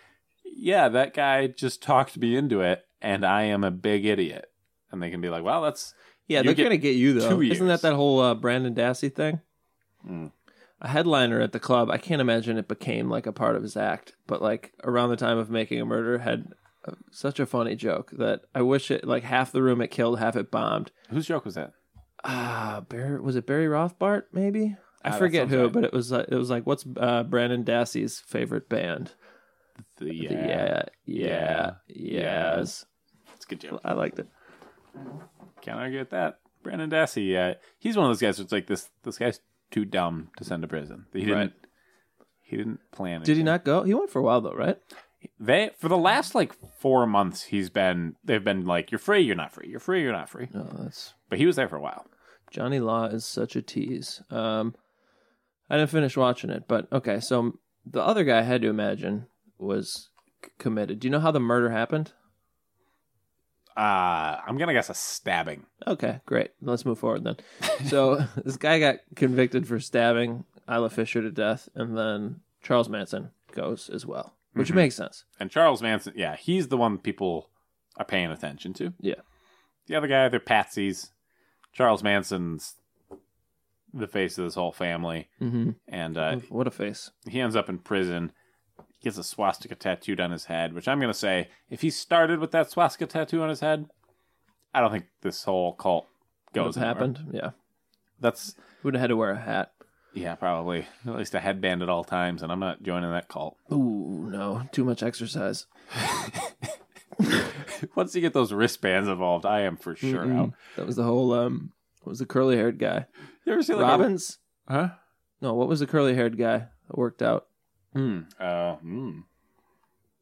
yeah, that guy just talked me into it, and I am a big idiot. And they can be like, well, that's
Yeah,
You
they're
get
gonna get you though.
two
Isn't
years.
that that whole uh, Brandon Dassey thing?
Mm.
A headliner at the club. I can't imagine it became like a part of his act, but like around the time of Making a Murder had uh, such a funny joke that I wish it like half the room it killed, half it bombed.
whose joke was that?
Ah, Barry was it Barry Rothbart? Maybe I
Ah, that
forget
sounds
who,
right.
but it was like it was like what's uh, Brandon Dassey's favorite band?
The, uh, yeah,
The yeah, yeah,
Yeah.
yes.
it's a good joke.
I liked it.
Can't argue with that. Brandon Dassey, uh, he's one of those guys that's like this. This guy's too dumb to send to prison. He didn't.
Right.
He didn't plan.
Did he
anything.
not go? He went for a while though, right?
They for the last like four months, he's been. They've been like, "You're free. You're not free. You're free. You're not free."
No, that's
But he was there for a while.
Johnny Law is such a tease. Um, I didn't finish watching it, but okay. So the other guy I had to imagine was c- committed. Do you know how the murder happened?
Uh, I'm gonna guess a stabbing.
Okay, great. Let's move forward then. So this guy got convicted for stabbing Isla Fisher to death, and then Charles Manson goes as well, which
Mhm.
makes sense.
And Charles Manson, yeah, he's the one people are paying attention to.
Yeah.
The other guy, they're patsies. Charles Manson's the face of this whole family,
hmm
and uh,
what a face!
he ends up in prison. He gets a swastika tattooed on his head, which I'm gonna say, if he started with that swastika tattoo on his head, I don't think this whole cult goes
What
anywhere.
happened? Yeah,
That's
would have had to wear a hat.
yeah, probably at least a headband at all times, and I'm not joining that cult.
Ooh, no, too much exercise.
Once you get those wristbands involved, I am for sure
Mm-mm.
out.
That was the whole. Um, what was the curly haired guy?
You ever see like a-
Robbins.
huh?
No, what was the curly haired guy that worked out?
Hmm. Uh, hmm.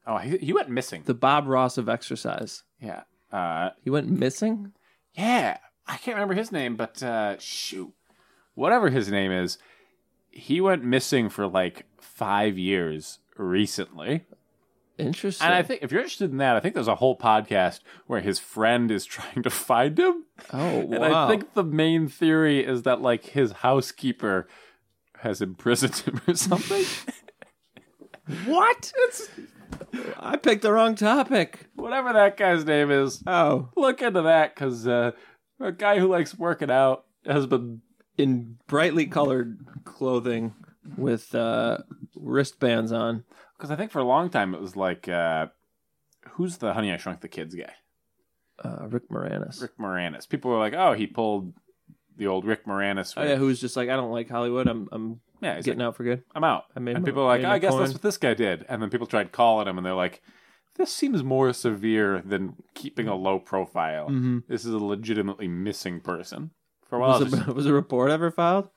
Oh, he, he went missing.
The Bob Ross of exercise.
yeah. Uh,
He went missing?
yeah. I can't remember his name, but uh, shoot, whatever his name is, he went missing for like five years recently.
Interesting.
And I think if you're interested in that, I think there's a whole podcast where his friend is trying to find him.
oh, wow.
And I think the main theory is that like his housekeeper has imprisoned him or something.
what? I picked the wrong topic.
whatever that guy's name is,
Oh,
look into that because uh, a guy who likes working out has been
in brightly colored clothing with uh, wristbands on.
because I think for a long time it was like uh, who's the Honey I Shrunk the Kids guy?
Uh, Rick Moranis.
Rick Moranis. People were like, oh, he pulled the old Rick Moranis.
Oh, yeah, who was just like, I don't like Hollywood. I'm, I'm
yeah, he's
getting
like,
out for good.
I'm out.
I made
and
my-
people were like,
made
oh,
my
I guess
coin.
that's what this guy did. And then people tried calling him, and they're like, this seems more severe than keeping a low profile.
Mhm.
This is a legitimately missing person. For a while, I, was
Was,
just-
a, was a report ever filed?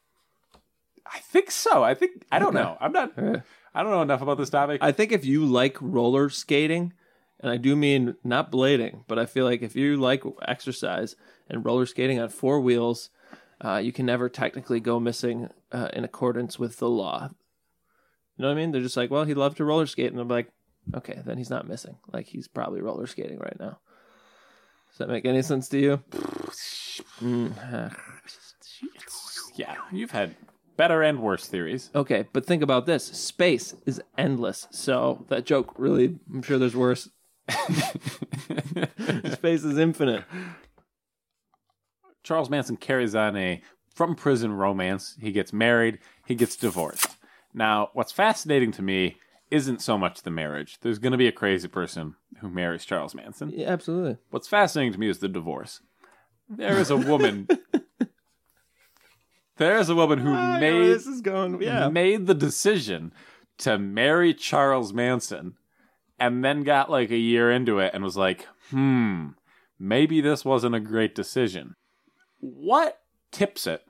I think so. I think I don't
Okay.
know. I'm not.
Alright.
I don't know enough about this topic.
I think if you like roller skating, and I do mean not blading, but I feel like if you like exercise and roller skating on four wheels, uh, you can never technically go missing uh, in accordance with the law. You know what I mean? They're just like, well, he loved to roller skate, and I'm like, okay, then he's not missing. Like he's probably roller skating right now. Does that make any sense to you? Mm, huh.
yeah, you've had better and worse theories.
Okay, but think about this: space is endless. So that joke really, I'm sure there's worse. space is infinite.
Charles Manson carries on a from prison romance. He gets married, he gets divorced. Now, what's fascinating to me isn't so much the marriage. There's going to be a crazy person who marries Charles Manson.
Yeah, absolutely.
What's fascinating to me is the divorce. There is a woman. there is a woman who made
this is going. Yeah,
made the decision to marry Charles Manson and then got like a year into it and was like, hmm, maybe this wasn't a great decision. What tips it?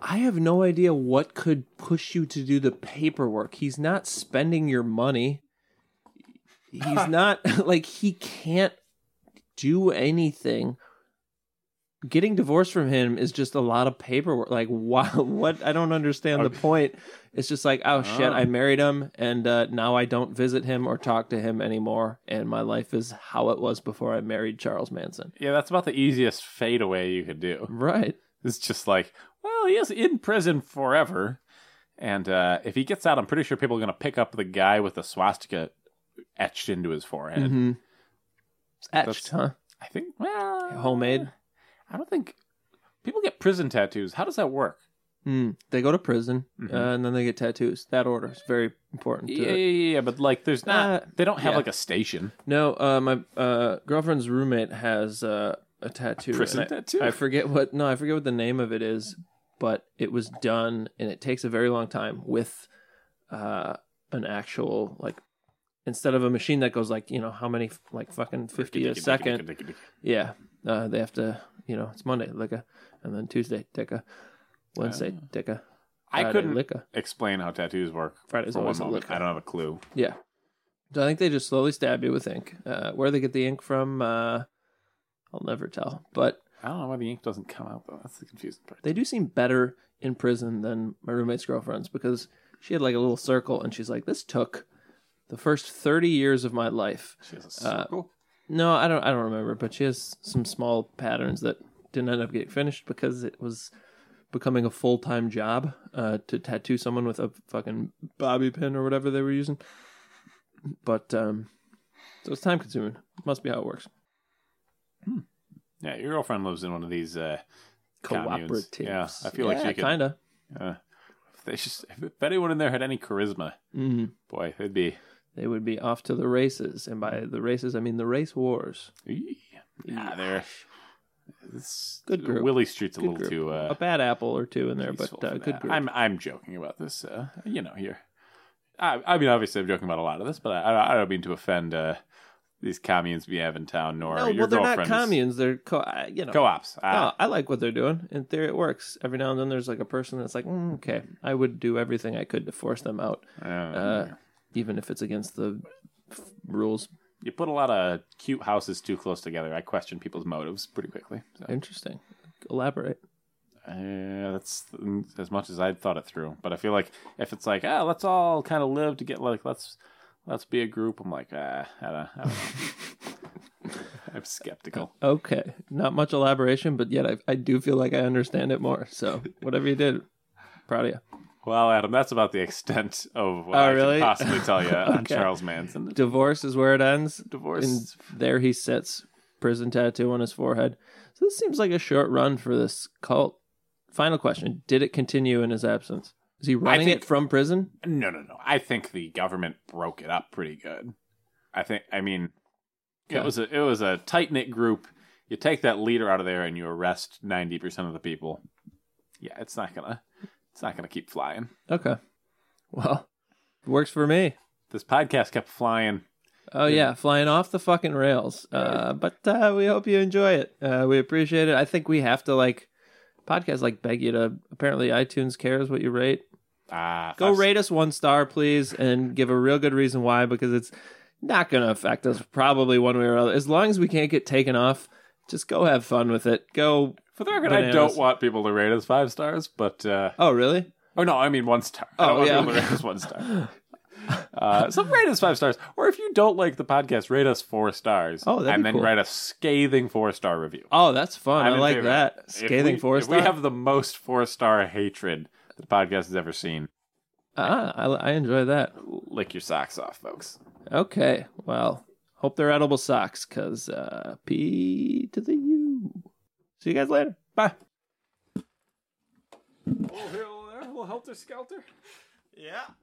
I have no idea what could push you to do the paperwork. He's not spending your money. He's not like he can't do anything. Getting divorced from him is just a lot of paperwork. Like, why? What? I don't understand the point. It's just like, oh shit, I married him, and uh, now I don't visit him or talk to him anymore, and my life is how it was before I married Charles Manson.
Yeah, that's about the easiest fadeaway you could do.
Right.
It's just like, well, he is in prison forever. And uh, if he gets out, I'm pretty sure people are going to pick up the guy with the swastika etched into his forehead.
Mm-hmm. It's etched,
That's-
huh?
I think, well,
Homemade.
I don't think people get prison tattoos. How does that work?
Mm. They go to prison
Mhm.
uh, and then they get tattoos. That order is very important. To
Yeah, yeah,
it.
yeah, but like, there's not,
Uh,
they don't have
yeah.
like a station.
No, uh, my uh, girlfriend's roommate has uh, a tattoo.
prison
and I,
tattoo?
I forget what. No, I forget what the name of it is, but it was done, and it takes a very long time with uh, an actual like instead of a machine that goes like you know how many like fucking fifty a second. Yeah, uh, they have to. You know, it's Monday, liquor, and then Tuesday, ticker, Wednesday, ticker.
Uh, I
Friday,
couldn't
liquor.
explain how tattoos work
Friday's
for one
always a
moment.
liquor.
I don't have a clue.
Yeah. So I think they just slowly stab you with ink. Uh, where they get the ink from, uh, I'll never tell. But
I don't know why the ink doesn't come out though. That's the confusing part.
they do seem better in prison than my roommate's girlfriend's because she had like a little circle and she's like, this took the first 30 years of my life.
She has a
Uh,
circle.
No, I don't, I don't remember, but she has some small patterns that didn't end up getting finished because it was becoming a full time job uh, to tattoo someone with a fucking bobby pin or whatever they were using. But um, so it's time consuming. Must be how it works.
yeah, your girlfriend lives in one of these. Uh, Communes.
Cooperatives.
Yeah, I feel like she could-
kinda.
uh, if they just if anyone in there had any charisma,
Mhm.
boy, they'd be.
They would be off to the races, and by the races I mean the race wars.
Nah, they're it's,
Good group.
Willie Street's a
Good
little
group.
too. Uh,
a bad apple or two in there, but
peaceful
uh,
for
good
that.
group.
I'm I'm joking about this. Uh, you know, here. I I mean, obviously, I'm joking about a lot of this, but I I don't mean to offend uh, these communes we have in town, nor
no,
your
well, they're
girlfriend.
not communes. They're co- uh, you know.
Co-ops.
no,
Ah,
Oh, I like what they're doing. In theory, it works. Every now and then, there's like a person that's like, "Mm, okay, I would do everything I could to force them out,
uh,
uh, even if it's against the f- rules.
you put a lot of cute houses too close together. I question people's motives pretty quickly. So.
Interesting. Elaborate.
Uh, that's as much as I'd thought it through. But I feel like if it's like, ah, let's all kind of live to get like let's let's be a group. I'm like, ah, I don't, I don't know. I'm skeptical.
Okay, not much elaboration, but yet I, I do feel like I understand it more. So whatever you did, proud of you.
Well, Adam, that's about the extent of what
Oh,
I
really?
can possibly tell you on
Okay.
Charles Manson.
Divorce is where it ends.
Divorce.
And there he sits, prison tattoo on his forehead. So this seems like a short run for this cult. Final question: Did it continue in his absence? Is he running
think-
it from prison?
No, no, no. I think the government broke it up pretty good. I think. I mean, it
Okay.
was a it was a tight knit group. You take that leader out of there and you arrest ninety percent of the people. Yeah, it's not gonna it's not gonna keep flying.
Okay. Well, it works for me.
This podcast kept flying.
Oh yeah, flying off the fucking rails. Uh, but uh, we hope you enjoy it. Uh, we appreciate it. I think we have to like podcasts like beg you to. Apparently, iTunes cares what you rate.
Ah,
Go
five-
rate us one star, please, and give a real good reason why because it's not going to affect us probably one way or other. As long as we can't get taken off, just go have fun with it. Go.
For the record, I
bananas.
don't want people to rate us five stars, but uh,
Oh, really?
Oh no, I mean one star. I don't
Oh,
want
yeah,
people to
okay.
rate us one star. Uh, so rate us five stars, or if you don't like the podcast, rate us four stars.
Oh, that'd be
and then
cool.
write a scathing four star review.
Oh, that's fun.
I'm
I
in
like
favor.
that.
If
Scathing
we-
four
if
star.
We have the most four star hatred the podcast has ever seen.
Ah, I, I enjoy that.
Lick your socks off, folks.
Okay. Well, hope they're edible socks because uh, P to the U. See you guys later. Bye.
Oh, helter skelter.
Yeah.